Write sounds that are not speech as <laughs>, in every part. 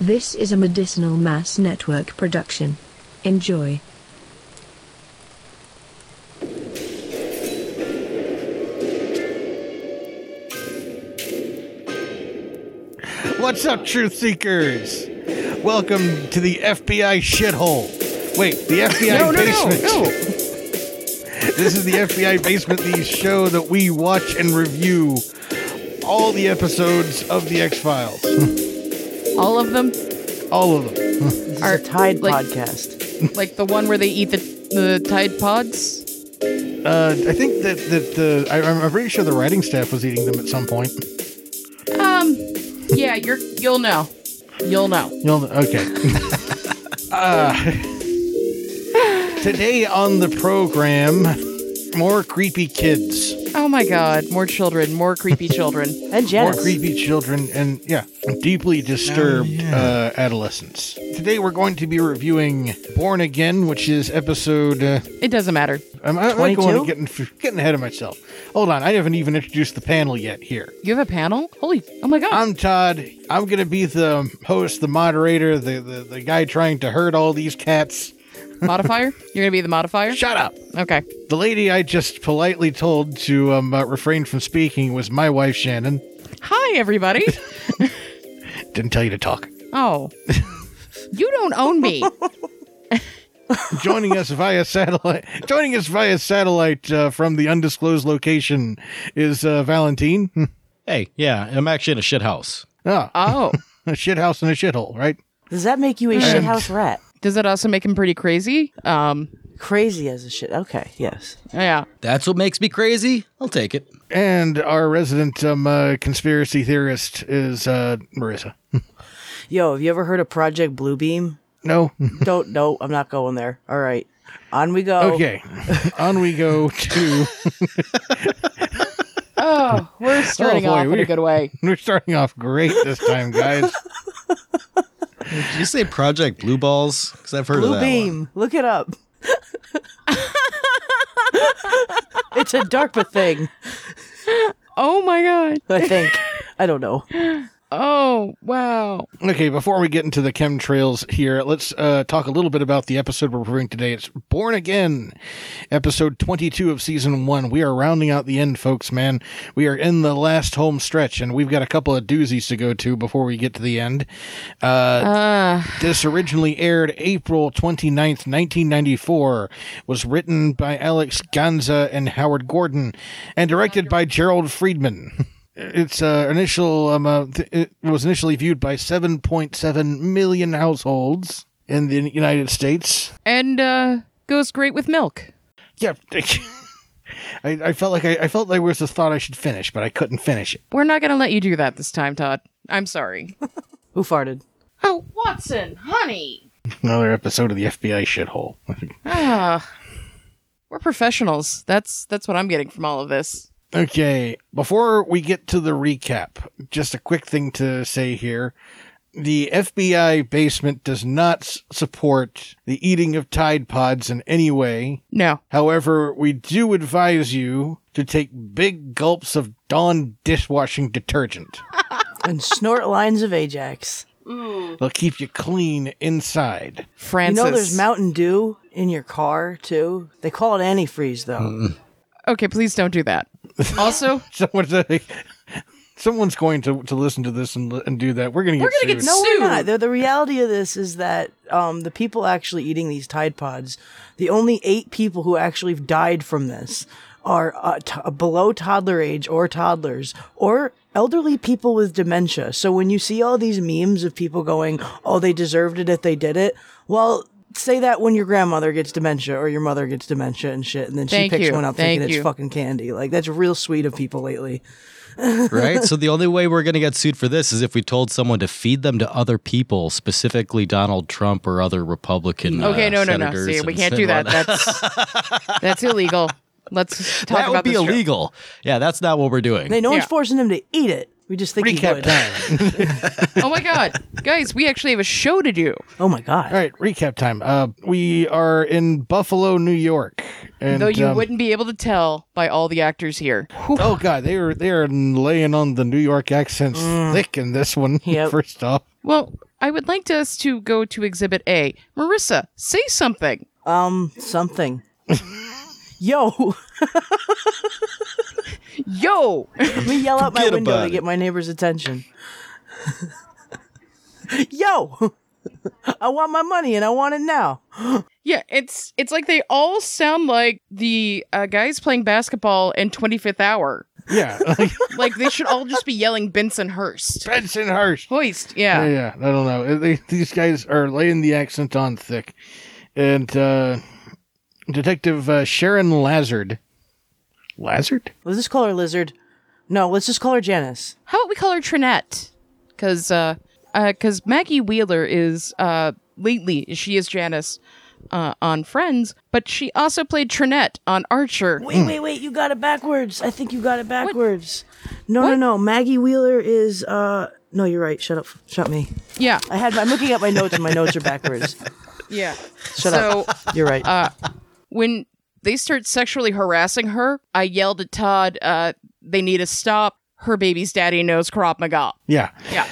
This is a Medicinal Mass Network production. Enjoy. What's up, truth seekers? Welcome to the FBI shithole. Wait, the FBI basement. This is the FBI basement, the show that we watch and review all the episodes of the X Files, All of them, <laughs> all of them. Our Our Tide like- podcast. like the one where they eat the the Tide Pods. Uh, I think that that the I, I'm pretty sure the writing staff was eating them at some point. Um, yeah, you're you'll know, you'll know. You'll, <laughs> okay. uh, today on the program, more creepy kids. Oh my God, more children, more <laughs> creepy children. And more Janice. creepy children and yeah deeply disturbed Oh, yeah. uh, adolescents today we're going to be reviewing born again which is episode uh, It doesn't matter. i'm, I'm not going 22? to getting, getting ahead of myself hold on i haven't even introduced the panel yet here You have a panel? Holy, oh my God! i'm todd i'm going to be the host the moderator the, the, the guy trying to hurt all these cats modifier? You're gonna be the modifier? Um, shut up Okay. the lady i just politely told to um, uh, refrain from speaking was my wife shannon Hi, <laughs> everybody. didn't tell you to talk Oh, you don't own me. joining us via satellite joining us via satellite uh, from the undisclosed location is uh, valentine <laughs> Hmm. Hey, yeah, I'm actually in a shit house. ah, Oh, a shit house and a shithole right Does that make you Mm. a shithouse rat? does that also make him pretty crazy? Um, Crazy as a shit. Okay, yes. yeah. That's what makes me crazy. I'll take it. and our resident um, uh, conspiracy theorist is uh, marissa Yo, have you ever heard of Project Bluebeam? no Don't. No, I'm not going there. All right, on we go. okay on we go to <laughs> Oh, we're starting boy, off in we- a <laughs> good way. we're starting off great this time guys Did you say Project Blue Balls? Because I've heard of Blue that. Beam. Look it up. <laughs> it's a DARPA thing. Oh my God. I think. I don't know. Oh wow. okay before we get into the chemtrails here let's uh, talk a little bit about the episode we're reviewing today it's born again episode 22 of season 1 we are rounding out the end folks man we are in the last home stretch and we've got a couple of doozies to go to before we get to the end Uh, this originally aired april 29th 1994 was written by alex ganza and howard gordon and directed by gerald friedman <laughs> its uh, initial um, uh, th- it was initially viewed by 7.7 million households in the united states and uh, goes great with milk. yeah <laughs> I, I felt like I, I felt like there was a thought I should finish, but I couldn't finish it. We're not gonna let you do that this time, Todd. I'm <laughs> sorry. Who farted? oh, Watson, honey. Another episode of the FBI shithole. <laughs> Ah, we're professionals. That's that's what I'm getting from all of this. Okay, before we get to the recap, just a quick thing to say here. The FBI basement does not s- support the eating of Tide Pods in any way. No. However, we do advise you to take big gulps of Dawn dishwashing detergent. <laughs> And snort lines of Ajax. They'll keep you clean inside. <laughs> Francis. You know there's Mountain Dew in your car too. They call it antifreeze though. Mm-hmm. okay, please don't do <laughs> that. Also, Someone's, <laughs> someone's going to, to listen to this and, li- and do that. We're going to get gonna get sued. No, Sue. we're not. The, the reality of this is that um, the people actually eating these Tide Pods, the only eight people who actually have died from this are uh, t- below toddler age or toddlers or elderly people with dementia. So when you see all these memes of people going, oh, they deserved it if they did it, well, say that when your grandmother gets dementia or your mother gets dementia and shit, and then Thank she picks you. one up Thank thinking you. it's fucking candy. Like, that's real sweet of people lately. right? <laughs> So the only way we're going to get sued for this is if we told someone to feed them to other people, specifically Donald Trump or other Republican. okay, uh, no, no, no. senators See, we and can't do that. That, That's that's illegal. Let's <laughs> talk that would about be this show. illegal. Yeah, that's not what we're doing. Hey, no one's Yeah. forcing them to eat it. We just think you Recap would. time. Oh my god, guys, we actually have a show to do. Oh my god. All right, recap time. Uh, we are in Buffalo, New York, and Though you um, wouldn't be able to tell by all the actors here. Whew. Oh God, they are they are laying on the New York accents thick in this one. <laughs> Yep. First off, Well, I would like to us to go to Exhibit A. Marissa, say something. Um, something. Yo, <laughs> Yo, let me yell out my Forget window about to it. get my neighbor's attention. Yo, <laughs> I want my money and I want it now. yeah, it's it's like they all sound like the uh, guys playing basketball in Twenty Fifth Hour. Yeah, Like they should all just be yelling Benson Hurst, Benson Hurst. hoist. Yeah, yeah, Yeah, I don't know. They, these guys are laying the accent on thick, and uh, Detective uh, Sharon Lazard. Lazard? Let's just call her Lizard. No, let's just call her Janice. how about we call her Trinette? Because uh, uh 'cause Maggie Wheeler is uh lately she is Janice. Uh, on Friends, but she also played Trinette on Archer. Wait, wait, wait! You got it backwards. I think you got it backwards. No, no, no. Maggie Wheeler is. uh No, you're right. Shut up. Shut me. Yeah, I had. I'm looking at my notes, and my notes are backwards. yeah. Shut so, up. You're right. when they start sexually harassing her, I yelled at Todd, uh, they need to stop. Her baby's daddy knows Krav Maga. Yeah. Yeah.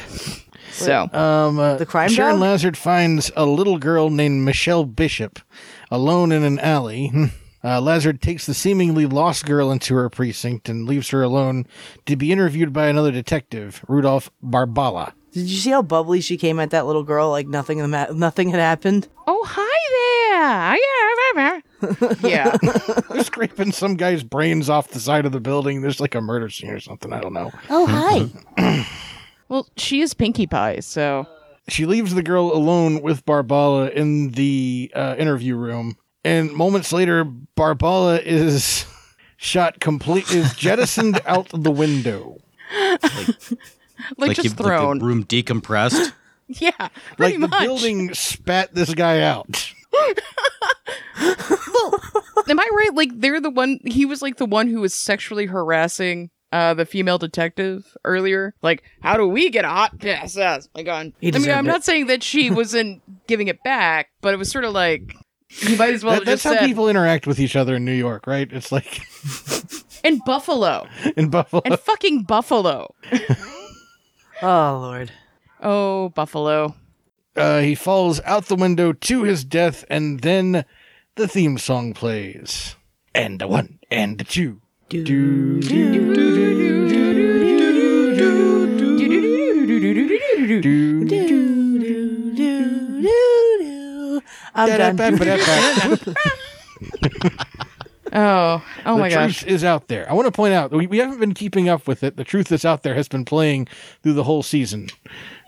So, Um, uh, The crime Sharon dog? Lazard finds a little girl named Michelle Bishop alone in an alley. <laughs> Uh, Lazard takes the seemingly lost girl into her precinct and leaves her alone to be interviewed by another detective, Rudolph Barbala. <laughs> Did you see how bubbly she came at that little girl? Like nothing, in the ma- nothing had happened. oh, hi there. <laughs> yeah. They're scraping some guy's brains off the side of the building. There's like a murder scene or something. I don't know. Oh hi! Well, she is Pinkie Pie, so. she leaves the girl alone with Barbala in the uh, interview room, and moments later, Barbala is <laughs> shot complete is jettisoned out the window. Like, just you- thrown. the room decompressed. <laughs> yeah. Pretty like much. the building spat this guy out. Am I right? Like, they're the one, he was like the one who was sexually harassing. Uh, the female detective earlier, like, how do we get a hot pass? Yes, my God. He I mean, deserved I'm it. not saying that she wasn't giving it back, but it was sort of like you might as well That- have that's just how said, people interact with each other in New York, right? It's like <laughs> and Buffalo in Buffalo. and fucking Buffalo. Oh lord. Oh, Buffalo. Uh, he falls out the window to his death, and then the theme song plays. And the one, and the two. Do, do, do, do, do, do, do. Do, do, I'm done. Ba-da-ba-ba-da-ba. Oh, <laughs> oh my the gosh. truth is out there. I want to point out we, we haven't been keeping up with it. The truth that's out there has been playing through the whole season.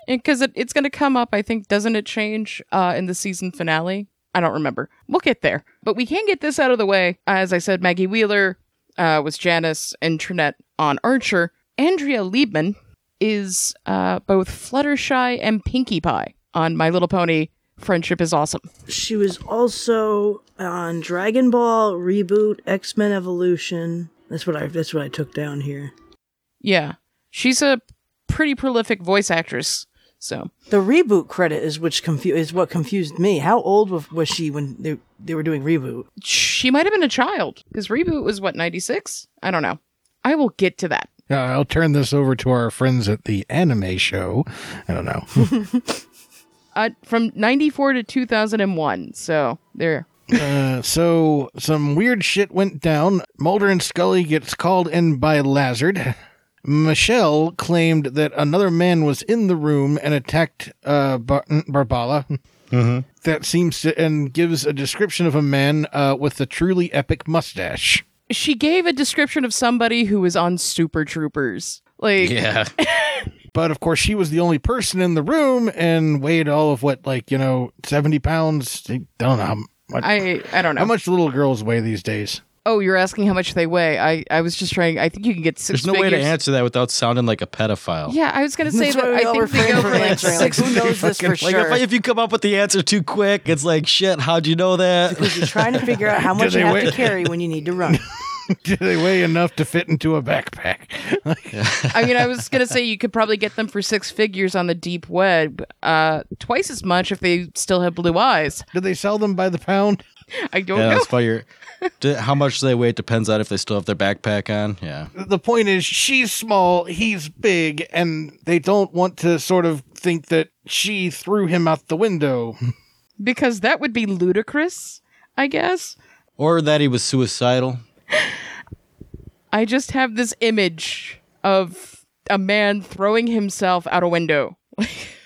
Because it, it's going to come up, I think, doesn't it change uh, in the season finale? I don't remember. We'll get there. But we can get this out of the way. As I said, Maggie Wheeler uh, was Janice and Trinette on Archer. Andrea Liebman is uh, both Fluttershy and Pinkie Pie on My Little Pony Friendship is Awesome. She was also on Dragon Ball reboot, X Men Evolution. That's what I. That's what I took down here. Yeah. She's a pretty prolific voice actress. So, The reboot credit is which confu- is what confused me. How old was, was she when they they were doing reboot? she might have been a child because reboot was what 96 i don't know i will get to that Uh, I'll turn this over to our friends at the anime show. I don't know. uh, from 94 to 2001 so there Uh, so some weird shit went down. Mulder and Scully gets called in by Lazard. Michelle claimed that another man was in the room and attacked uh, Bar- Barbala. That seems to and gives a description of a man uh, with a truly epic mustache. she gave a description of somebody who was on super troopers like Yeah. But of course, she was the only person in the room and weighed all of what, like you know, seventy pounds. I don't know how, what, i i don't know how much little girls weigh these days. <laughs> oh you're asking how much they weigh i i was just trying i think you can get six There's no way to figures. answer that without sounding like a pedophile. yeah i was gonna say That's why that we i all think they refrain go from for like answering, six like, who knows this for Like sure? if, if you come up with the answer too quick, it's like shit. How'd you know <laughs> that? You're trying to figure out how much they you have weigh- to carry when you need to run. Do they weigh enough to fit into a backpack? <laughs> I mean, I was gonna say you could probably get them for six figures on the deep web, uh, twice as much if they still have blue eyes. Do they sell them by the pound? I don't Yeah, know. that's why you're. d- How much they weigh depends on if they still have their backpack on. Yeah. the point is she's small, he's big, and they don't want to sort of think that she threw him out the window. Because that would be ludicrous, I guess. Or that he was suicidal. I just have this image of a man throwing himself out a window.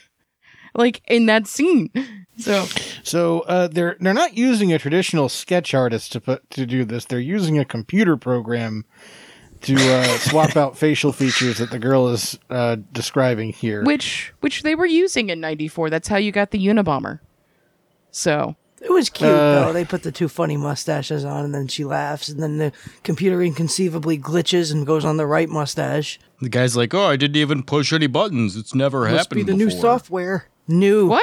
<laughs> like in that scene. So So uh, they're they're not using a traditional sketch artist to put to do this. They're using a computer program to <laughs> uh, swap out facial features that the girl is uh, describing here. which which they were using in 94. That's how you got the Unabomber. So It was cute though. They put the two funny mustaches on, and then she laughs, and then the computer inconceivably glitches and goes on the right mustache. The guy's like, "Oh, I didn't even push any buttons. It's never Must be happened the new before." software. <laughs> New. what?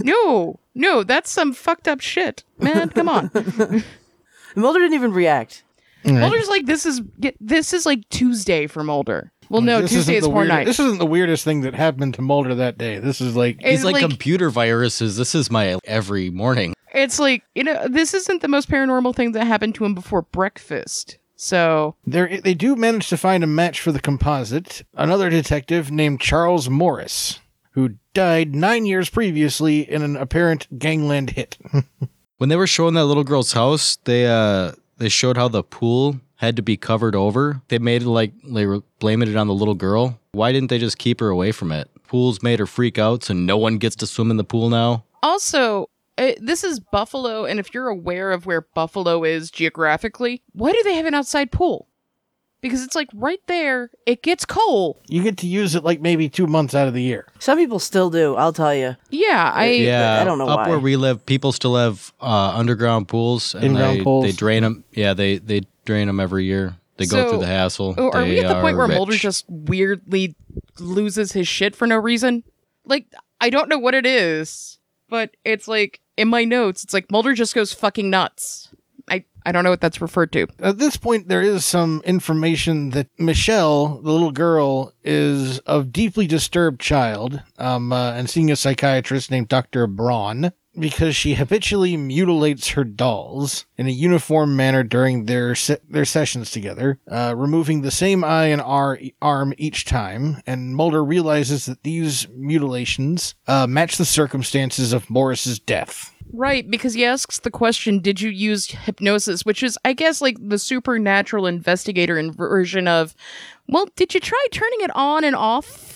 No, no, that's some fucked up shit, man. <laughs> Come on, Mulder didn't even react. Mulder's like this is get- this is like Tuesday for Mulder. Well, no, This isn't Tuesday is the porn weird- night. This isn't the weirdest thing that happened to Mulder that day. This is like It's He's like, computer viruses. This is my every morning. it's like you know this isn't the most paranormal thing that happened to him before breakfast so There, they do manage to find a match for the composite. Another detective named Charles Morris, who died nine years previously in an apparent gangland hit. <laughs> When they were showing that little girl's house, they uh they showed how the pool had to be covered over. They made it like they were blaming it on the little girl. Why didn't they just keep her away from it? Pools made her freak out, so no one gets to swim in the pool now. also uh, this is buffalo and if you're aware of where buffalo is geographically why do they have an outside pool because it's like right there it gets cold You get to use it like maybe two months out of the year. Some people still do. I'll tell you. yeah i Yeah, I don't know Up why. where we live, people still have uh, underground pools. And Inground they, pools. They drain them. Yeah, they they drain them every year. They go So, through the hassle. Oh, are They we at the point where rich. Mulder just weirdly loses his shit for no reason? Like, I don't know what it is, but it's like in my notes, it's like Mulder just goes fucking nuts. I, I don't know what that's referred to. At this point, there is some information that Michelle, the little girl, is of deeply disturbed child, um, uh, and seeing a psychiatrist named Doctor Braun because she habitually mutilates her dolls in a uniform manner during their se- their sessions together, uh, removing the same eye and ar- arm each time. And Mulder realizes that these mutilations uh, match the circumstances of Morris's death. Right, because he asks the question, did you use hypnosis? Which is, I guess, like the supernatural investigator in- version of, well, did you try turning it on and off?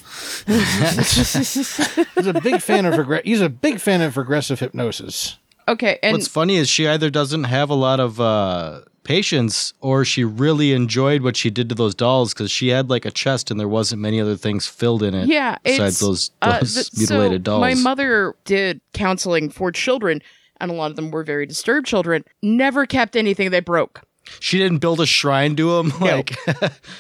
He's a big fan of regre- He's a big fan of regressive hypnosis. Okay, and What's funny is she either doesn't have a lot of uh, patience, or she really enjoyed what she did to those dolls because she had like a chest and there wasn't many other things filled in it. Yeah, besides it's, those, uh, those th- mutilated so dolls. My mother did counseling for children, and a lot of them were very disturbed children. Never kept anything they broke. she didn't build a shrine to <laughs> them. Like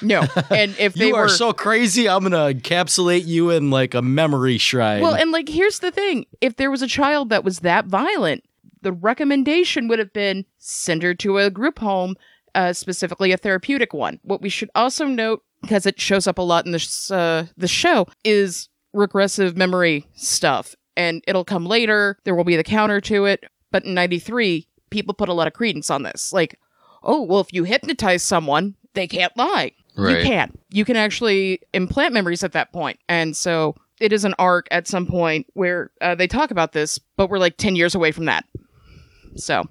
No, and if they <laughs> you were are so crazy, I'm gonna encapsulate you in like a memory shrine. well, and like here's the thing: if there was a child that was that violent, the recommendation would have been send her to a group home, uh, specifically a therapeutic one. What we should also note, because it shows up a lot in this uh, the show, is regressive memory stuff, and it'll come later. There will be the counter to it, but in '93, people put a lot of credence on this, like. Oh, well, if you hypnotize someone, they can't lie. You Right. can. You can actually implant memories at that point. And so it is an arc at some point where uh, they talk about this, but we're like 10 years away from that. So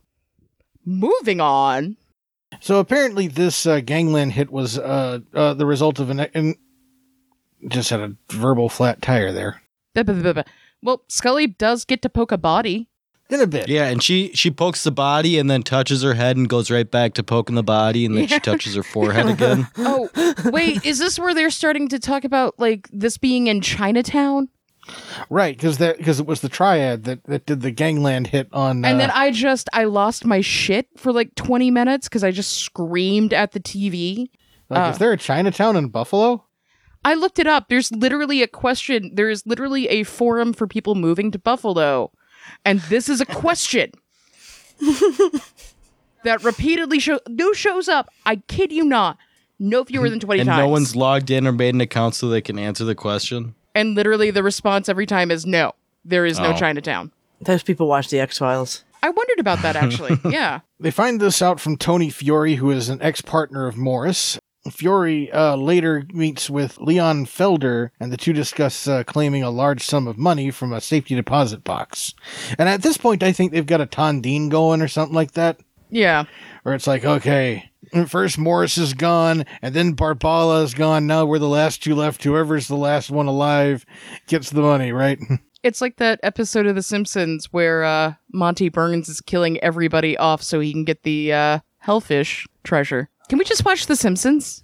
moving on. So apparently, this uh, gangland hit was uh, uh, the result of an, an. Just had a verbal flat tire there. Buh, buh, buh, buh. Well, Scully does get to poke a body. In a bit. yeah, and she she pokes the body and then touches her head and goes right back to poking the body and then she touches her forehead <laughs> again. Oh, wait, is this where they're starting to talk about like this being in Chinatown? Right, because that because it was the triad that, that did the gangland hit on. Uh, And then I just, I lost my shit for like 20 minutes because I just screamed at the TV. like, uh. is there a Chinatown in Buffalo? I looked it up. There's literally a question. There is literally a forum for people moving to Buffalo. And this is a question that repeatedly show no shows up. I kid you not. No fewer than 20 and times. no one's logged in or made an account so they can answer the question. and Oh. literally the response every time is no. There is no Chinatown. Those people watch the X Files. I wondered about that <laughs> actually. yeah. They find this out from Tony Fiore, who is an ex partner of Morris. Fiore uh, later meets with Leon Felder, and the two discuss uh, claiming a large sum of money from a safety deposit box. And at this point, I think they've got a Tondine going or something like that, Yeah. where it's like, okay, first Morris is gone, and then Barbala is gone. Now we're the last two left. Whoever's the last one alive gets the money, right? <laughs> It's like that episode of The Simpsons where uh, Monty Burns is killing everybody off so he can get the uh, hellfish treasure. Can we just watch The Simpsons?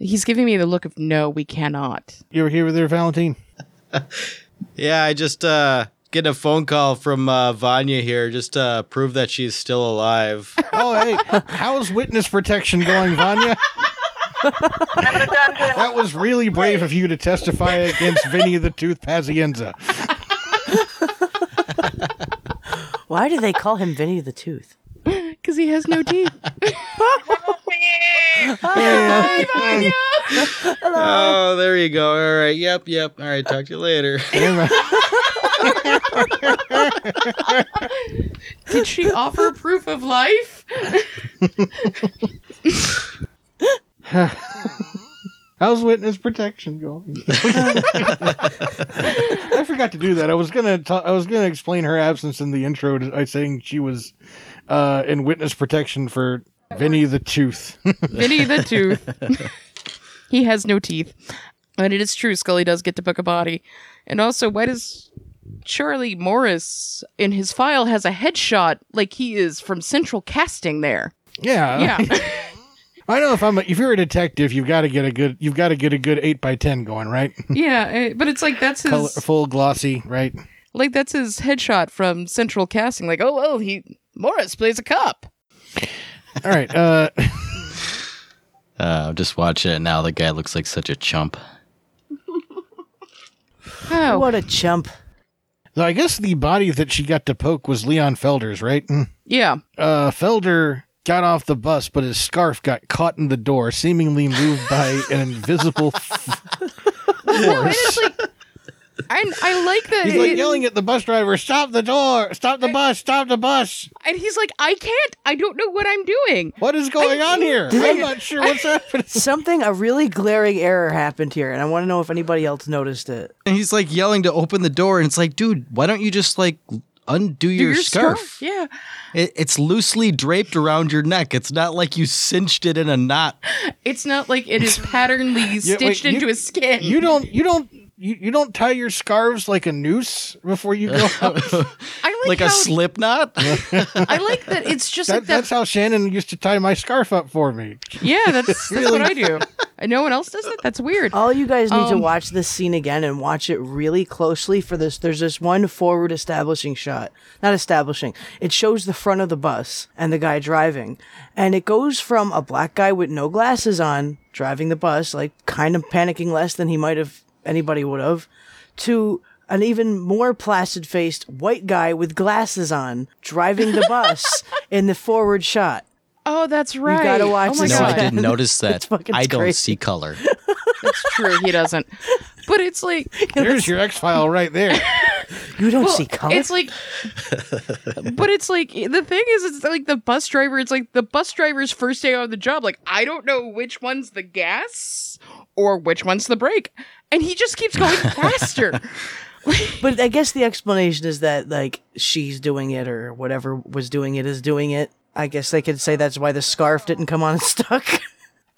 He's giving me the look of no, we cannot. you were here with her, Valentine? Yeah, I just uh getting a phone call from uh, Vanya here just to prove that she's still <laughs> alive. Oh, hey, how's witness protection going, Vanya? That was really brave of you to testify against Vinny the Tooth Pazienza. Why do they call him Vinny the Tooth? Because he has no teeth. oh, there you go. All right. Yep, yep. All right, talk to <laughs> you later. Did she offer proof of life? How's witness protection going? <laughs> I forgot to do that. I was gonna ta- I was gonna explain her absence in the intro to- by saying she was uh, in witness protection for Vinny the Tooth. <laughs> Vinny the Tooth. he has no teeth. And it is true, Scully does get to book a body. And also, why does Charlie Morris in his file has a headshot like he is from Central Casting there? yeah, <laughs> Yeah. I know if I'm a, if you're a detective, you've got to get a good you've got to get a good eight by ten going, right? yeah. eh, But it's like that's his Colorful, glossy, right? like that's his headshot from Central Casting. Like, oh well, he Morris plays a cop. All right. Uh, Uh, I'm just watching it now. The guy looks like such a chump. Oh What a chump. so I guess the body that she got to poke was Leon Felder's, right? Mm. yeah. uh, Felder got off the bus, but his scarf got caught in the door, seemingly moved by an invisible f- force. I I like that. He's like it- yelling at the bus driver, "Stop the door! Stop the bus! Stop the bus! and he's like, I can't. I don't know what I'm doing. What is going on here? I'm not sure what's happening." Something, a really glaring error happened here, and I want to know if anybody else noticed it. And he's like yelling to open the door, and it's like, dude, why don't you just like undo your, Your scarf? Yeah. It, it's loosely draped around your neck. It's not like you cinched it in a knot. It's not like it is patternly wait, stitched you- into his skin. You don't. You don't. You, you don't tie your scarves like a noose before you go out. I <laughs> like, Like a how, slip knot? <laughs> I like that it's just That, like that. that's how Shannon used to tie my scarf up for me. yeah, that's, that's what I do. And no one else does it. That's weird. All you guys need to Um, watch this scene again and watch it really closely for this. There's this one forward establishing shot. Not establishing. It shows the front of the bus and the guy driving. And it goes from a black guy with no glasses on driving the bus, like kind of panicking less than he might have anybody would have, to an even more placid faced white guy with glasses on driving the <laughs> bus in the forward shot. oh, that's right. gotta watch oh my this no, God. I one. didn't <laughs> notice that. fucking I don't crazy. see color. That's true. He doesn't. But it's like There's your X file right there. You don't well, see color. It's like, but it's like the thing is, it's like the bus driver. It's like the bus driver's first day on the job. Like I don't know which one's the gas or which one's the brake, and he just keeps going faster. But I guess the explanation is that like she's doing it or whatever was doing it is doing it. I guess they could say that's why the scarf didn't come on and <laughs> stuck.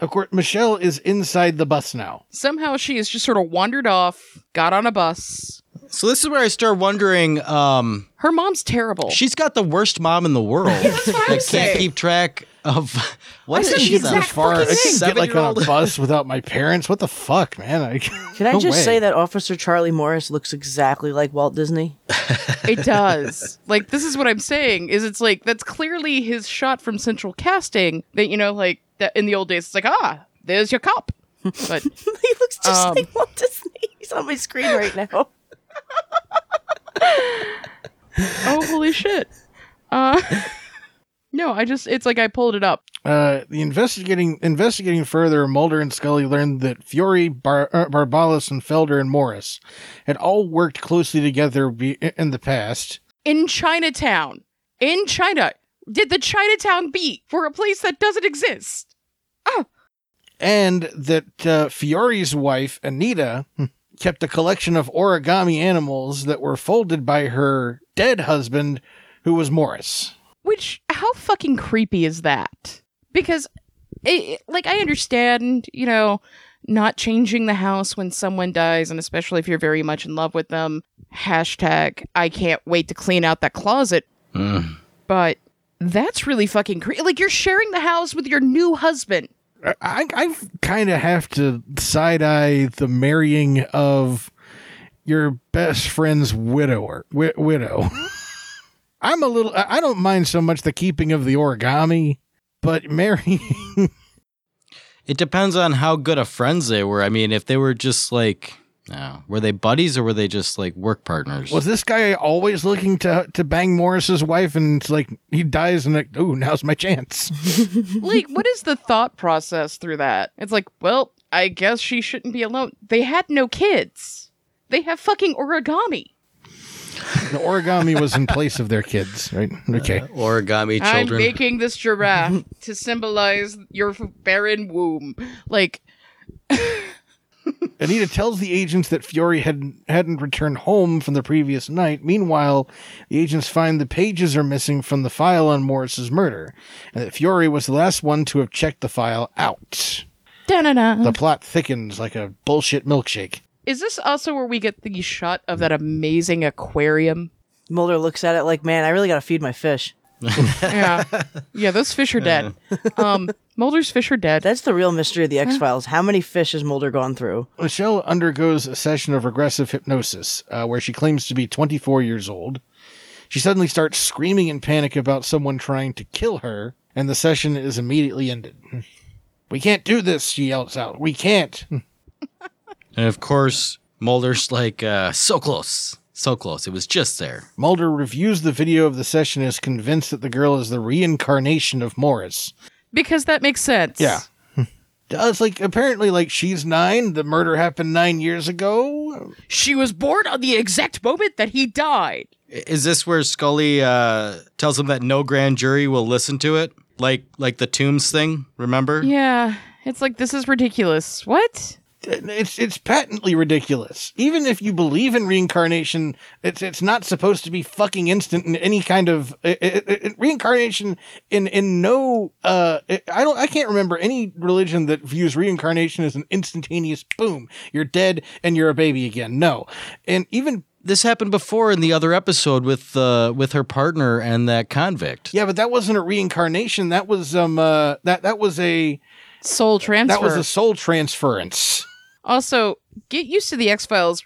Of course, Michelle is inside the bus now. Somehow she has just sort of wandered off, got on a bus. <laughs> So this is where I start wondering. Um, Her mom's terrible. she's got the worst mom in <laughs> the world. what I'm that can't saying. keep track of <laughs> what said is the she exact that As far as fucking I thing. can get like on a Seven-year-old. bus without my parents. What the fuck, man? I, <laughs> Can I just say that Officer Charlie Morris looks exactly like Walt Disney? <laughs> It does. like this is what I'm saying is it's like that's clearly his shot from Central Casting that you know like that in the old days it's like ah there's your cop. But he looks just Um. like Walt Disney. <laughs> He's on my screen right now. oh holy shit. Uh <laughs> No, I just it's like I pulled it up. Uh, the investigating investigating further, Mulder and Scully learned that Fiore, Bar- uh, Barbalas, and Felder and Morris had all worked closely together be- in the past. in Chinatown, in China, did the Chinatown beat for a place that doesn't exist? and that uh, Fiore's wife, Anita, hmm, kept a collection of origami animals that were folded by her dead husband, who was Morris. Which, how fucking creepy is that? Because, it, like, I understand, you know, not changing the house when someone dies, and especially if you're very much in love with them. Hashtag, I can't wait to clean out that closet. Mm. But that's really fucking creepy. Like, you're sharing the house with your new husband. I, I- I kind of have to side eye the marrying of your best friend's widower, wi- widow. <laughs> I'm a little, I I don't mind so much the keeping of the origami, but <laughs> marrying <laughs> It depends on how good of friends they were. I mean, if they were just like, no, were they buddies or were they just like work partners? Was this guy always looking to to bang Morris's wife, and it's like he dies, and like, oh, now's my chance. <laughs> like what is the thought process through that it's like well i guess she shouldn't be alone they had no kids they have fucking origami The origami was in place of their kids, right? Okay, Origami i'm children. making this giraffe to symbolize your f- barren womb like Anita tells the agents that Fiore had hadn't returned home from the previous night. Meanwhile, the agents find the pages are missing from the file on Morris's murder, and that Fiore was the last one to have checked the file out. da The plot thickens like a bullshit milkshake. is this also where we get the shot of that amazing aquarium Mulder looks at it like, man, I really got to feed my fish. yeah yeah those fish are dead um mulder's fish are dead That's the real mystery of the X Files. How many fish has Mulder gone through? Michelle undergoes a session of regressive hypnosis uh, where she claims to be 24 years old. She suddenly starts screaming in panic about someone trying to kill her, and the session is immediately ended. <laughs> We can't do this, she yells out. We can't. and of course, Mulder's like, uh, so close, so close. It was just there. Mulder reviews the video of the session and is convinced that the girl is the reincarnation of Morris. because that makes sense Yeah. It's like apparently like she's nine. The murder happened nine years ago. she was born on the exact moment that he died I- Is this where Scully uh, tells him that no grand jury will listen to it? Like, like the tombs thing. Remember? Yeah, it's like this is ridiculous. What? it's it's patently ridiculous. Even if you believe in reincarnation, it's it's not supposed to be fucking instant in any kind of i i i- reincarnation. In in no, uh, I I don't, I can't remember any religion that views reincarnation as an instantaneous boom. You're dead and you're a baby again. No, and even This happened before in the other episode with uh, with her partner and that convict. yeah, but that wasn't a reincarnation. That was um uh, that that was a Soul transfer. that was a soul transference. also, get used to the X Files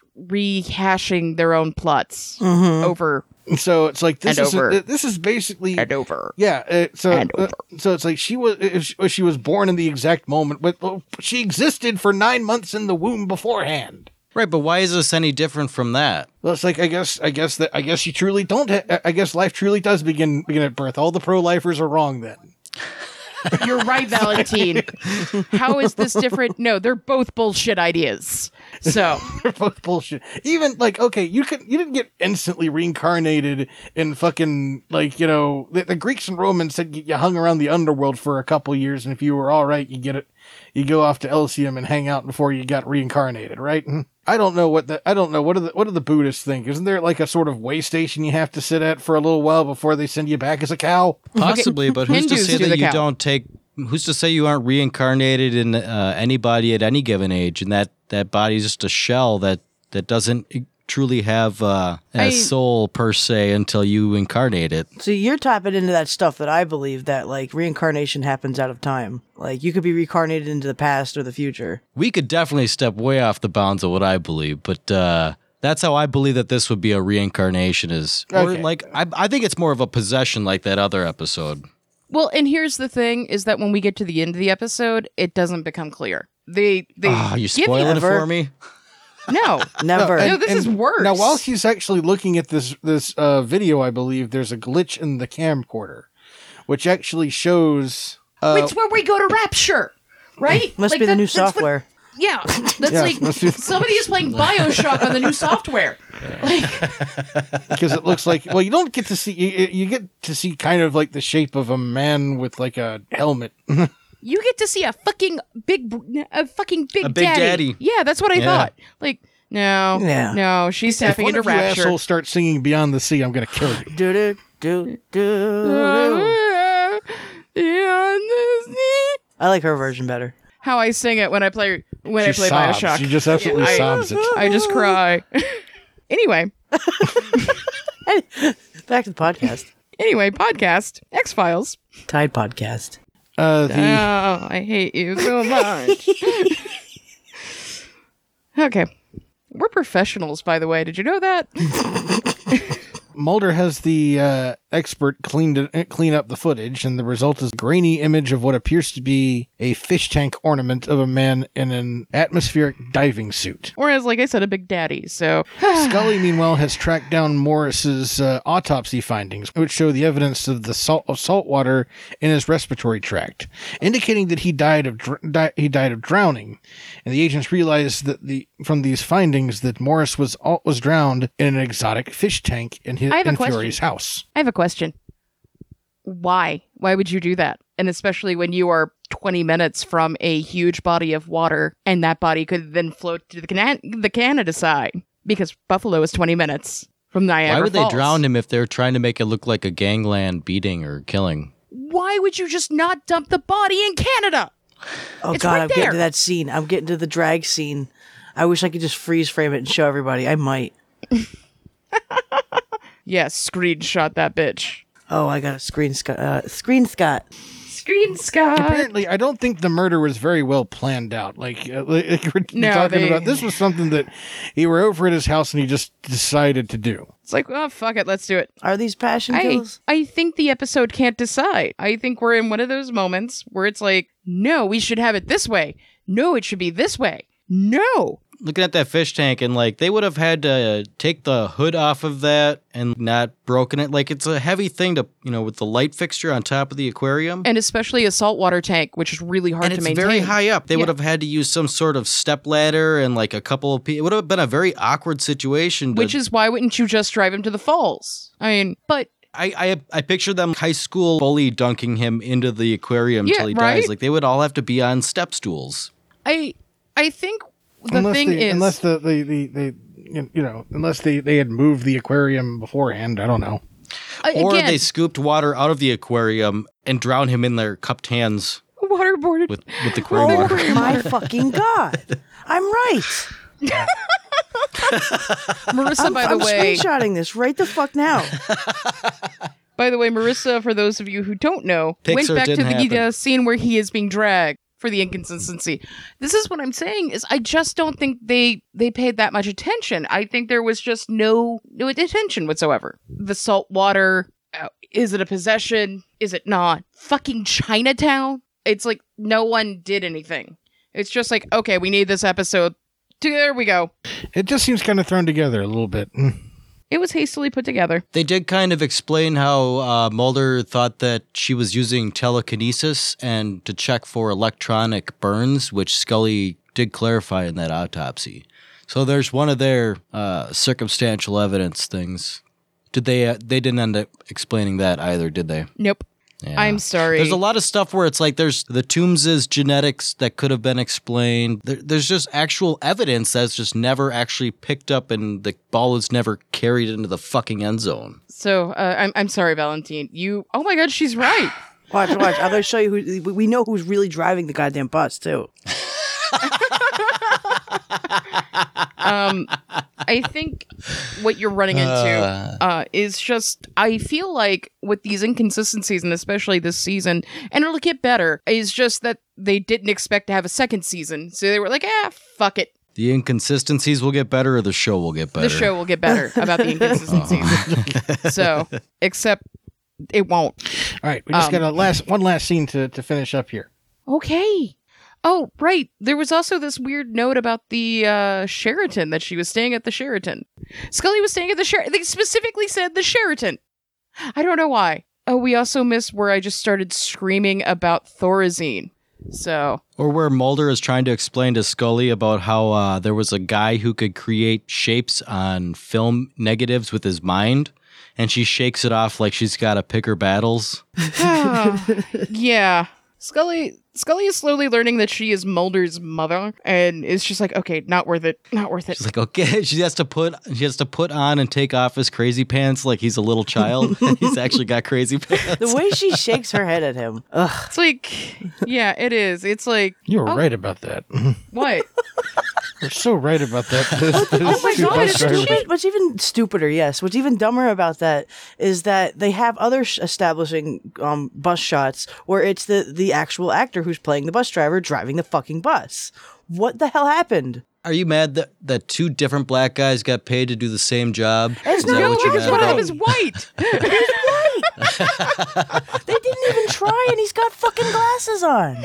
rehashing their own plots Mm-hmm. over So it's like this And is over. this is basically and <laughs> over. Yeah, uh, so And uh, so it's like she was if she, if she was born in the exact moment, but well, she existed for nine months in the womb beforehand. Right, but why is this any different from that? Well, it's like I guess I guess that I guess you truly don't. Ha- I guess life truly does begin begin at birth. All the pro lifers are wrong then. You're right, Valentine. <laughs> How is this different? No, they're both bullshit ideas. <laughs> So, They're both bullshit. Even like okay, you could you didn't get instantly reincarnated in fucking like you know the, the Greeks and Romans said you, you hung around the underworld for a couple years, and if you were all right, you get it. You go off to Elysium and hang out before you got reincarnated, right? Mhm. I don't know what the I don't know what do the what do the Buddhists think? Isn't there like a sort of way station you have to sit at for a little while before they send you back as a cow? Possibly, but who's Hindus to say do that the you cow. don't take? Who's to say you aren't reincarnated in uh, anybody at any given age, and that that body's just a shell that that doesn't truly have uh, a I- soul per se until you incarnate it. So you're tapping into that stuff that I believe that like reincarnation happens out of time. Like you could be reincarnated into the past or the future. We could definitely step way off the bounds of what I believe, but. Uh, that's how I believe that this would be a reincarnation is, or Okay. like I, I think it's more of a possession, like that other episode. well, and here's the thing: is that when we get to the end of the episode, it doesn't become clear. They they Ah, you give spoiling it you- for me? No, Never. No, this is worse. Now, while she's actually looking at this this uh, video, I believe there's a glitch in the camcorder, which actually shows. <laughs> Uh, it's where we go to Rapture, right? Must Like, be the that- new that's what- software. Yeah, that's Yeah, like let's do- somebody <laughs> is playing Bioshock on the new software. Like, because it looks like well you don't get to see you, you get to see kind of like the shape of a man with like a <laughs> helmet you get to see a fucking big, br- a fucking big, A big daddy. Yeah, that's what I Yeah. thought. Like, no, Yeah. no, she's if tapping one into of you rapture. <laughs> assholes start singing beyond the sea i'm gonna kill you Do do do do. I like her version better. How I sing it when I play when she I play sobs Bioshock. she just absolutely I- sobs it I just cry. <laughs> anyway, <laughs> Back to the podcast. anyway, podcast X Files. Tide podcast. uh the <laughs> Oh, I hate you so much. <laughs> okay. We're professionals, by the way. Did you know that? mulder has the uh expert cleaned it, clean up the footage and the result is a grainy image of what appears to be a fish tank ornament of a man in an atmospheric diving suit Or as like I said, a big daddy. So <sighs> Scully, meanwhile, has tracked down Morris's uh, autopsy findings, which show the evidence of the salt of salt water in his respiratory tract, indicating that he died of dr- di- he died of drowning. And the agents realize that the from these findings that Morris was all, was drowned in an exotic fish tank in his I have a in question. Fury's house. I have a question. Why? Why would you do that? And especially when you are 20 minutes from a huge body of water and that body could then float to the, Can- the Canada side because Buffalo is 20 minutes from Niagara Why would they Falls. drown him if they're trying to make it look like a gangland beating or killing? Why would you just not dump the body in Canada? Oh It's god, right I'm getting there. to that scene. I'm getting to the drag scene. I wish I could just freeze frame it and show everybody. I might. Yes, screenshot that bitch. Oh, I got a screen Scott. Uh, screen Scott. Screenshot. Apparently, I don't think the murder was very well planned out. Like, uh, like, <laughs> like we're No, talking they- about, this was something that he were over at his house and he just decided to do. It's like, oh, fuck it, let's do it. Are these passion I, kills? I think the episode can't decide. I think we're in one of those moments where it's like, no, we should have it this way. No, it should be this way. No. Looking at that fish tank and like they would have had to take the hood off of that and not broken it. Like it's a heavy thing to you know with the light fixture on top of the aquarium. And especially a saltwater tank, which is really hard and to it's maintain. very high up. They would Yeah. have had to use some sort of step ladder and like a couple of. Pe- it would have been a very awkward situation. to- Which is why wouldn't you just drive him to the falls? I mean, but I, I I picture them high school bully dunking him into the aquarium Yeah, till he right? dies. Like they would all have to be on step stools. I I think the unless thing they, is unless the, the, the, the you know unless they they had moved the aquarium beforehand i don't know a- Or again, they scooped water out of the aquarium and drown him in their cupped hands waterboarded with with the aquarium Oh water. my fucking god! I'm right. Marissa <laughs> by the I'm way. screenshotting this right the fuck now. By the way, Marissa, for those of you who don't know, Pixar went back to didn't happen. the uh, scene where he is being dragged for the inconsistency. This is what I'm saying is I just don't think they they paid that much attention. I think there was just no no attention whatsoever. The salt water, uh, is it a possession? Is it not? Fucking Chinatown. It's like no one did anything. It's just like okay, we need this episode. There we go. it just seems kind of thrown together a little bit Mm. It was hastily put together. They did kind of explain how uh, Mulder thought that she was using telekinesis and to check for electronic burns, which Scully did clarify in that autopsy. So there's one of their uh, circumstantial evidence things. Did they? Uh, they didn't end up explaining that either, did they? Nope. Yeah. I'm sorry. There's a lot of stuff where it's like there's the Toombs's genetics that could have been explained. There, there's just actual evidence that's just never actually picked up, and the ball is never carried into the fucking end zone. So uh, I'm I'm sorry, Valentine. You oh my god, she's right. Watch, watch. I'm gonna show you who. we- We know who's really driving the goddamn bus too. Um, I think what you're running into uh, is just I feel like with these inconsistencies and especially this season, and it'll get better. Is just that they didn't expect to have a second season, so they were like, ah, fuck it. The inconsistencies will get better, or the show will get better. The show will get better about the inconsistencies. so except it won't. all right we just Um, got a last one last scene to, to finish up here Okay. Oh, right. There was also this weird note about the uh, Sheraton that she was staying at the Sheraton. Scully was staying at the Sheraton. They specifically said the Sheraton. I don't know why. Oh, we also missed where I just started screaming about Thorazine. <laughs> So <sighs> Or where Mulder is trying to explain to Scully about how uh, there was a guy who could create shapes on film negatives with his mind, and she shakes it off like she's got to pick her battles. yeah. Scully Scully is slowly learning that she is Mulder's mother and is just like, okay, not worth it. Not worth it. She's like, okay, <laughs> she has to put she has to put on and take off his crazy pants like he's a little child. <laughs> <laughs> and he's actually got crazy pants. The way she shakes her head at him. Ugh. It's like <laughs> yeah, it is. It's like You were right about that. You're what? so right about <laughs> that. oh my God, it's What's Sorry. even, what's even stupider, yes, what's even dumber about that is that they have other sh- establishing um, bus shots where it's the, the actual actor who's playing the bus driver driving the fucking bus. What the hell happened? Are you mad that, that two different black guys got paid to do the same job? It's Is that not what you're right. mad One of them about? is <laughs> white. They didn't even try, and he's got fucking glasses on.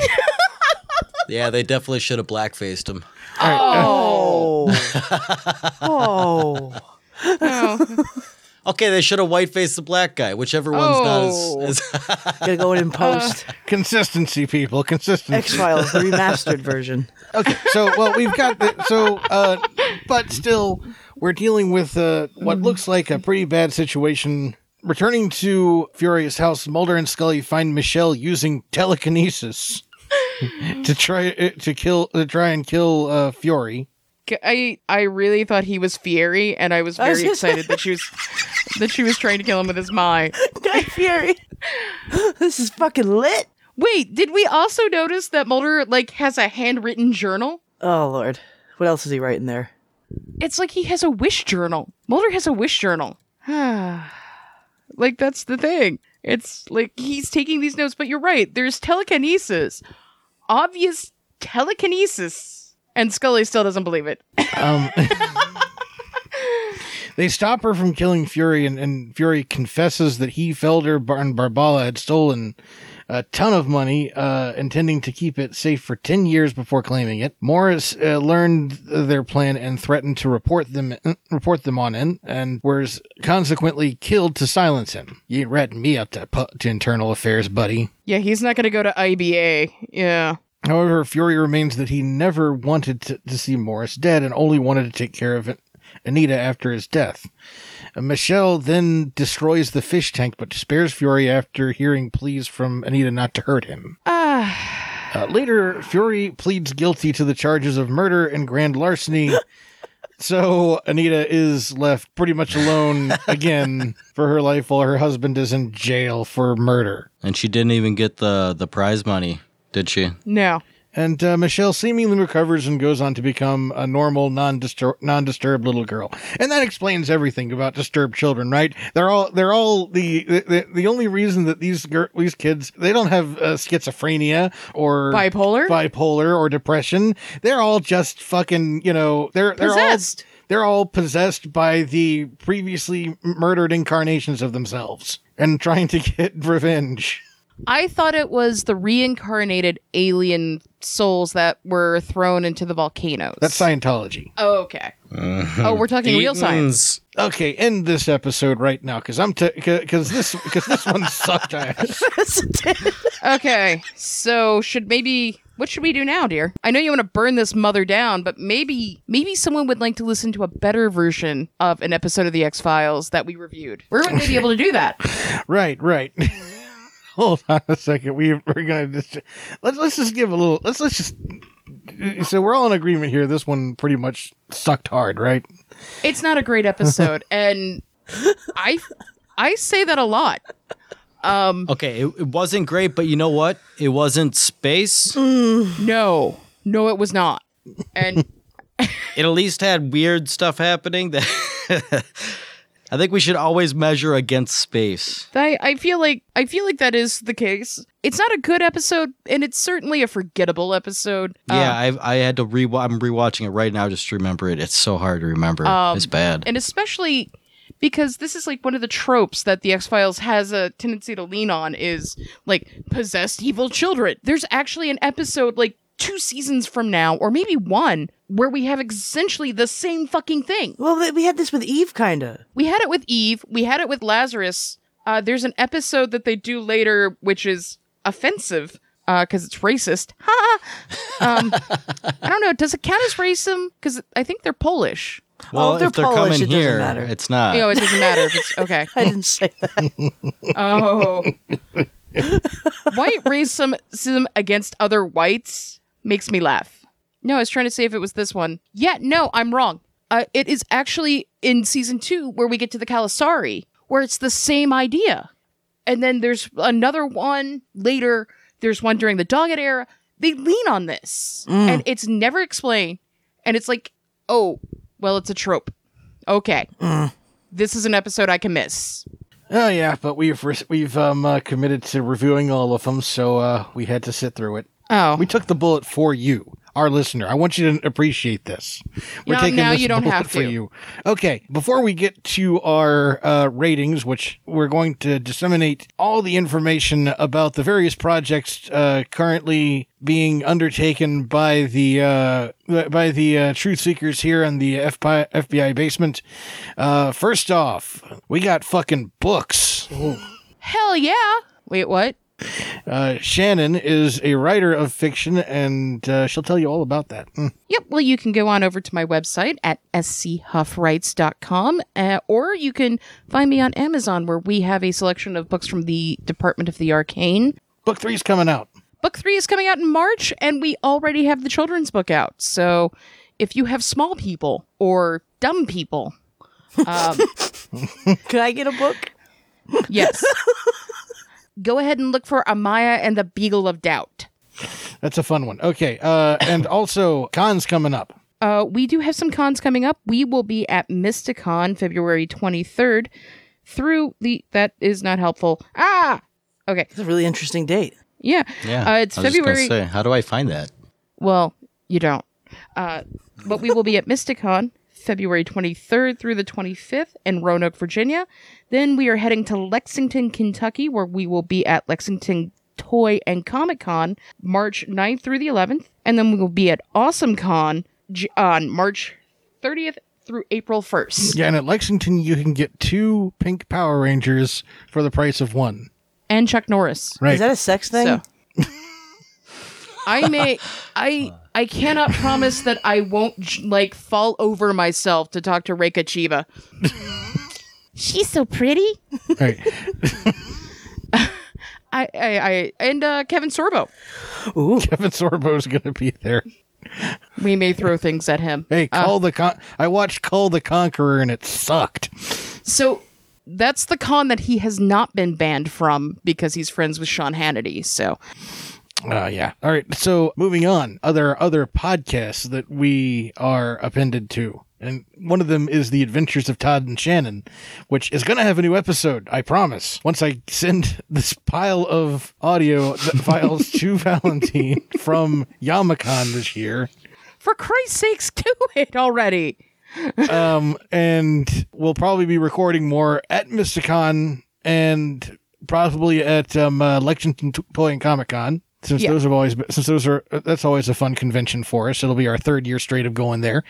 Yeah, they definitely should have blackfaced him. Oh. oh. Oh. Okay, they should have whitefaced the black guy, whichever one's Oh. not as, as <laughs> Gotta go in and Uh. post Consistency, people. X Consistency. Files, the remastered version. <laughs> okay so well we've got the, so uh but still we're dealing with uh what looks like a pretty bad situation returning to furious house mulder and scully find michelle using telekinesis <laughs> to try uh, to kill to try and kill uh fury I I really thought he was Fieri, and I was I was very gonna say- excited that she was <laughs> that she was trying to kill him with his mind. Guy Fury. <laughs> this is fucking lit. Wait, did we also notice that Mulder like has a handwritten journal? Oh, Lord. What else is he writing there? <laughs> It's like he has a wish journal. Mulder has a wish journal. <sighs> like that's the thing. It's like he's taking these notes, but you're right. There's telekinesis. Obvious telekinesis. And Scully still doesn't believe it. um They stop her from killing Fury, and, and Fury confesses that he, Felder, Bar- and Barbala had stolen a ton of money, uh, intending to keep it safe for 10 years before claiming it. Morris uh, learned their plan and threatened to report them uh, report them on in, and was consequently killed to silence him. You ain't ratting me up to, pu- to internal affairs, buddy. Yeah, he's not gonna go to IBA. Yeah. However, Fury remains that he never wanted to, to see Morris dead and only wanted to take care of Anita after his death. Uh, Michelle then destroys the fish tank but spares Fury after hearing pleas from Anita not to hurt him. Ah. Uh, later, Fury pleads guilty to the charges of murder and grand larceny. So Anita is left pretty much alone again for her life while her husband is in jail for murder. And she didn't even get the the prize money, did she? no. And uh, Michelle seemingly recovers and goes on to become a normal, non-distur- non-disturbed little girl, and that explains everything about disturbed children, right? They're all they're all the the, the only reason that these gir- these kids they don't have uh, schizophrenia or Bipolar? bipolar or depression. They're all just fucking you know they're they're Possessed. all they're all possessed by the previously murdered incarnations of themselves and trying to get <laughs> revenge. I thought it was the reincarnated alien souls that were thrown into the volcanoes. That's Scientology. Oh, okay. Oh, we're talking real science. Okay, end this episode right now because I'm because this because this one sucked ass. Okay, so should maybe what should we do now, dear? I know you want to burn this mother down, but maybe maybe someone would like to listen to a better version of an episode of the X Files that we reviewed. Where would they be able to do that? right, right. <laughs> Hold on a second. We we're gonna just let's let's just give a little. Let's let's just. So we're all in agreement here. This one pretty much sucked hard, right? <laughs> It's not a great <laughs> episode, and I I say that a lot. Okay, it, it wasn't great, but you know what? It wasn't space. It No, no, it was not. And at least had weird stuff happening. That <laughs> I think we should always measure against space. I, I feel like I feel like that is the case. It's not a good episode, and it's certainly a forgettable episode. Yeah, I I had to re I'm rewatching it right now just to remember it. It's so hard to remember. it's bad. Um, and especially because this is like one of the tropes that the X Files has a tendency to lean on is like possessed evil children. There's actually an episode like two seasons from now, or maybe one, where we have essentially the same fucking thing. Well, th- we had this with Eve, kinda. We had it with Eve, we had it with Lazarus. Uh, there's an episode that they do later, which is offensive. because it's racist. <laughs> Ha! Um, I don't know. Does it count as racism? Because I think they're Polish. Well, if they're Polish, it doesn't matter. it's not. You know, it doesn't matter if it's okay. I didn't say <laughs> that. Oh. White racism against other whites makes me laugh. No, I was trying to say if it was this one. Yeah, no, I'm wrong. Uh, it is actually in season two where we get to the Kalasari, where it's the same idea. And then there's another one later. There's one during the Doggett era. They lean on this, and it's never explained. And it's like, oh, well, it's a trope. Okay. This is an episode I can miss. Oh yeah, but we've res- we've um, uh, committed to reviewing all of them, so uh, we had to sit through it. Oh. We took the bullet for you, our listener. I want you to appreciate this. We're No, taking now this you don't bullet have for to. you. Okay, before we get to our uh, ratings, which we're going to disseminate all the information about the various projects uh, currently being undertaken by the uh, by the uh, truth seekers here in the FBI, FBI basement. Uh, first off, we got fucking books. Hell yeah. Wait, what? Uh, Shannon is a writer of fiction, and uh, she'll tell you all about that. Mm. Yep. Well, you can go on over to my website at schuffrights.com, uh, or you can find me on Amazon, where we have a selection of books from the Department of the Arcane. Book three's coming out. Book three is coming out in March, and we already have the children's book out. So if you have small people or dumb people, <laughs> um, Can I get a book? <laughs> yes, go ahead and look for Amaya and the Beagle of Doubt. That's a fun one. Okay, uh, <coughs> and also cons coming up. Uh, we do have some cons coming up. We will be at Mysticon February 23rd through the. That is not helpful. Ah! Okay. It's a really interesting date. Yeah. Yeah, Uh, it's I was just gonna February. say, how do I find that? Well, you don't. Uh, but we will be at Mysticon February 23rd through the 25th in Roanoke, Virginia. Then we are heading to Lexington, Kentucky, where we will be at Lexington Toy and Comic Con March 9th through the 11th. And then we will be at Awesome Con J- on March 30th through April 1st. Yeah, and at Lexington, you can get two pink Power Rangers for the price of one. And Chuck Norris. Right. Is that a sex thing? So. I may I I cannot promise that I won't j- like fall over myself to talk to Reika Chiba. She's so pretty. right. <laughs> I I, I and uh, Kevin Sorbo. Ooh. Kevin Sorbo's going to be there. We may throw things at him. Hey, Ah. Call the Con. I watched Call the Conqueror, and it sucked. So that's the con that he has not been banned from because he's friends with Sean Hannity. So Uh, yeah. All right. So moving on, other other podcasts that we are appended to, and one of them is the Adventures of Todd and Shannon, which is going to have a new episode. I promise. Once I send this pile of audio th- files to <laughs> Valentine from Yamacon this year, for Christ's sakes, <laughs> do it already. um, and we'll probably be recording more at Mysticon and possibly at um, uh, Lexington T- Toy and Comic Con. Since Yeah. those have always been, since those are uh, that's always a fun convention for us. It'll be our third year straight of going there.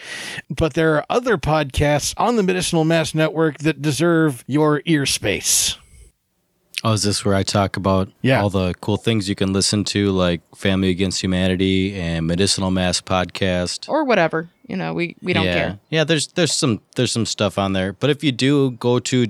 But there are other podcasts on the Medicinal Mass Network that deserve your ear space. Oh, is this where I talk about Yeah. all the cool things you can listen to, like Family Against Humanity and Medicinal Mass Podcast? Or whatever. You know, we, we don't yeah. care. Yeah, there's there's some there's some stuff on there. But if you do go to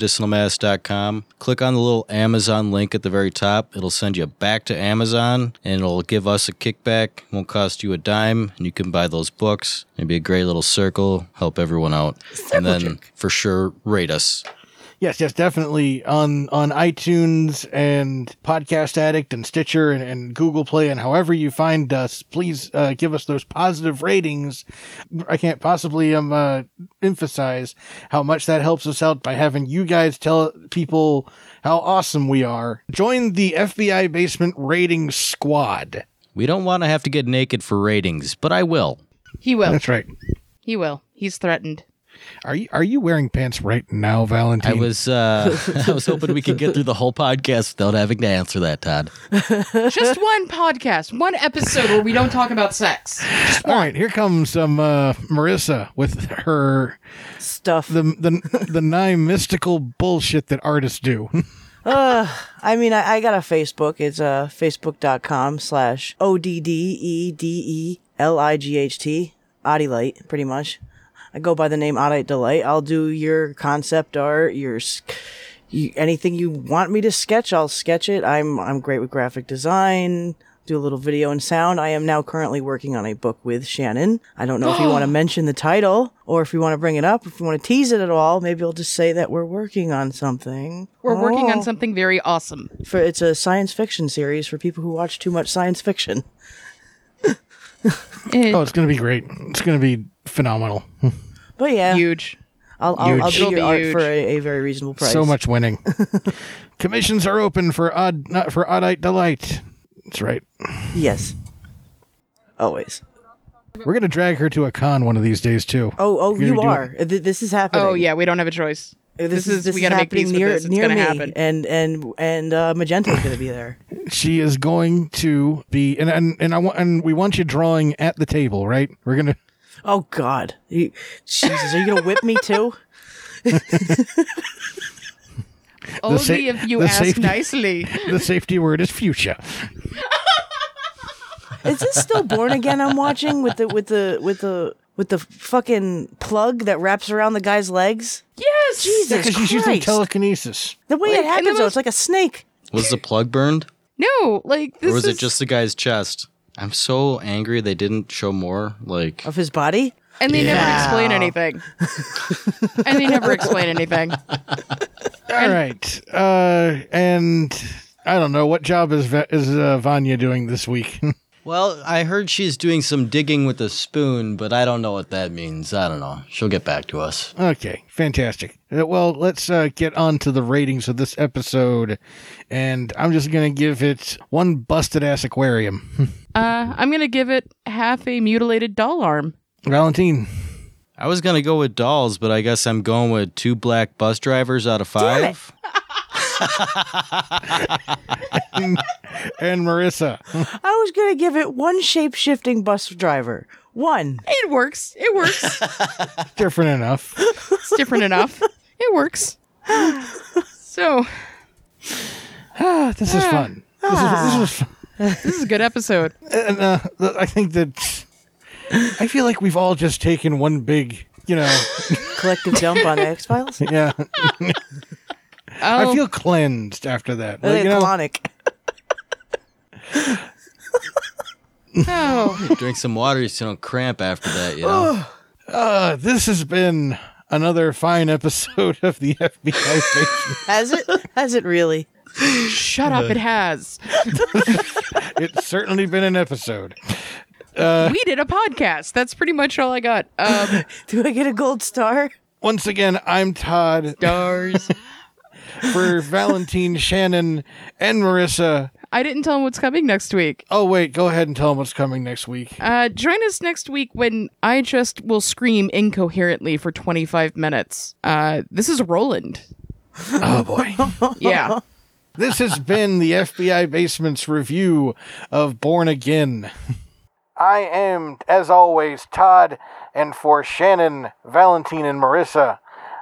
www.medicinalmass.com, click on the little Amazon link at the very top. It'll send you back to Amazon and it'll give us a kickback. Won't cost you a dime and you can buy those books. It'd be a great little circle, help everyone out. and then for sure rate us. Yes, yes, definitely on on iTunes and Podcast Addict and Stitcher and, and Google Play and however you find us, please uh, give us those positive ratings. I can't possibly um uh, emphasize how much that helps us out by having you guys tell people how awesome we are. Join the FBI Basement Rating Squad. We don't want to have to get naked for ratings, but I will. He will. That's right. He will. He's threatened. Are you are you wearing pants right now, Valentine? I was uh, <laughs> I was hoping we could get through the whole podcast without having to answer that, Todd. Just one <laughs> podcast, one episode where we don't talk about sex. All right, here comes um uh, Marissa with her Stuff. <laughs> the the the nigh mystical bullshit that artists do. I mean, I, I got a Facebook. It's uh, facebook.com slash O D D E D E L I G H T. Odilite, pretty much. I go by the name Odilite Delight. I'll do your concept art, your. s- You, anything you want me to sketch, I'll sketch it. I'm I'm great with graphic design. Do a little video and sound. I am now currently working on a book with Shannon. I don't know if you <gasps> want to mention the title or if you want to bring it up, if you want to tease it at all. Maybe I'll just say that we're working on something. We're working Oh on something very awesome. for it's a science fiction series for people who watch too much science fiction. Oh, it's going to be great. It's going to be phenomenal. But yeah, Huge. I'll I'll, I'll huge. do It'll be your art huge. for a, a very reasonable price. So much winning. <laughs> Commissions are open for odd not for oddite delight. That's right. Yes. Always. We're gonna drag her to a con one of these days too. Oh, oh, You're you gonna do are. Th- This is happening. Oh yeah, we don't have a choice. This, is, this we is gotta make happening peace near with this. It's near gonna me, happen. and and and uh, Magenta is going to be there. She is going to be and and and I want and we want you drawing at the table, right? We're gonna <laughs> Oh God, You- Jesus, are you going to whip me too? Only sa- if you the ask safety- <laughs> nicely. the safety word is fuchsia. Is this still Born Again? I'm watching with the with the with the with the fucking plug that wraps around the guy's legs. Yes. Jesus Because she's using Christ! telekinesis. the way Like, it and the happens, though, most- it's like a snake. Was the plug burned? No, like this or was is it just the guy's chest? I'm so angry they didn't show more. Like, of his body. and they never <laughs> explain anything. and they never explain anything. All right. Uh, and I don't know what job is Va- is uh, Vanya doing this week. <laughs> well, I heard she's doing some digging with a spoon, but I don't know what that means. I don't know. She'll get back to us. okay, fantastic. Uh, well, let's uh, get on to the ratings of this episode, and I'm just gonna give it one busted ass aquarium. <laughs> Uh, I'm gonna give it half a mutilated doll arm. Valentine, <laughs> I was gonna go with dolls, but I guess I'm going with two black bus drivers out of five. and Marissa. <laughs> I was gonna give it one shape shifting bus driver. One. It works. It works. Different enough. it's different enough. It works. So Ah, this is fun. This is, this is fun. this is a good episode. And, uh, th- I think that I feel like we've all just taken one big, you know, <laughs> Collective dump <laughs> on the X Files. yeah. Oh, I feel cleansed after that. Like, you know, Colonic. oh. Drink some water so you don't cramp after that, <laughs> you know? Uh, this has been another fine episode <laughs> of the FBI Station. Has it? Has it really? shut up! It has. it's certainly been an episode. Uh, we did a podcast. That's pretty much all I got. Um, Do I get a gold star? Once again, I'm Todd stars. <laughs> for Valentine, Shannon, and Marissa. I didn't tell him what's coming next week. Oh, wait, go ahead and tell them what's coming next week. Uh, join us next week when I just will scream incoherently for 25 minutes. Uh, this is Roland. Oh, boy. <laughs> Yeah. this has been the FBI Basement's review of Born Again. I am, as always, Todd, and for Shannon, Valentine, and Marissa,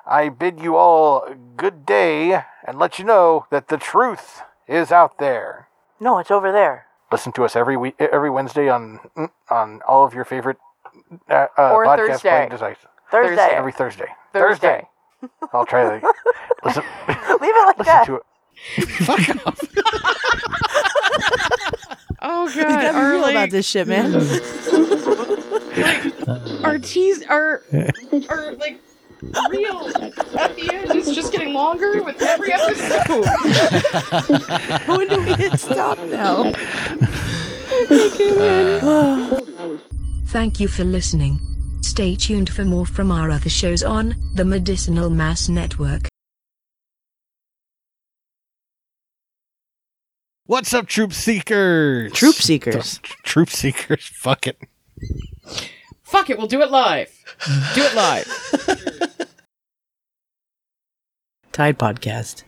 I bid you all good day and let you know that the truth is out there. No, it's over there. Listen to us every week, every Wednesday on on all of your favorite uh, uh, Or podcast Thursday. playing devices. Thursday. Every Thursday. Thursday. I'll <laughs> try to listen, Leave it like listen that. to it. Oh, How God. do <laughs> you Our, feel like, about this shit, man? our teas <laughs> are, are like real at the end. It's just getting longer with every episode. when do we hit stop now? Thank you for listening. Stay tuned for more from our other shows on the Medicinal Mass Network. What's up, Troop Seekers? Troop seekers. Troop Seekers. Fuck it. Fuck it. We'll do it live. Do it live. <laughs> Tide podcast.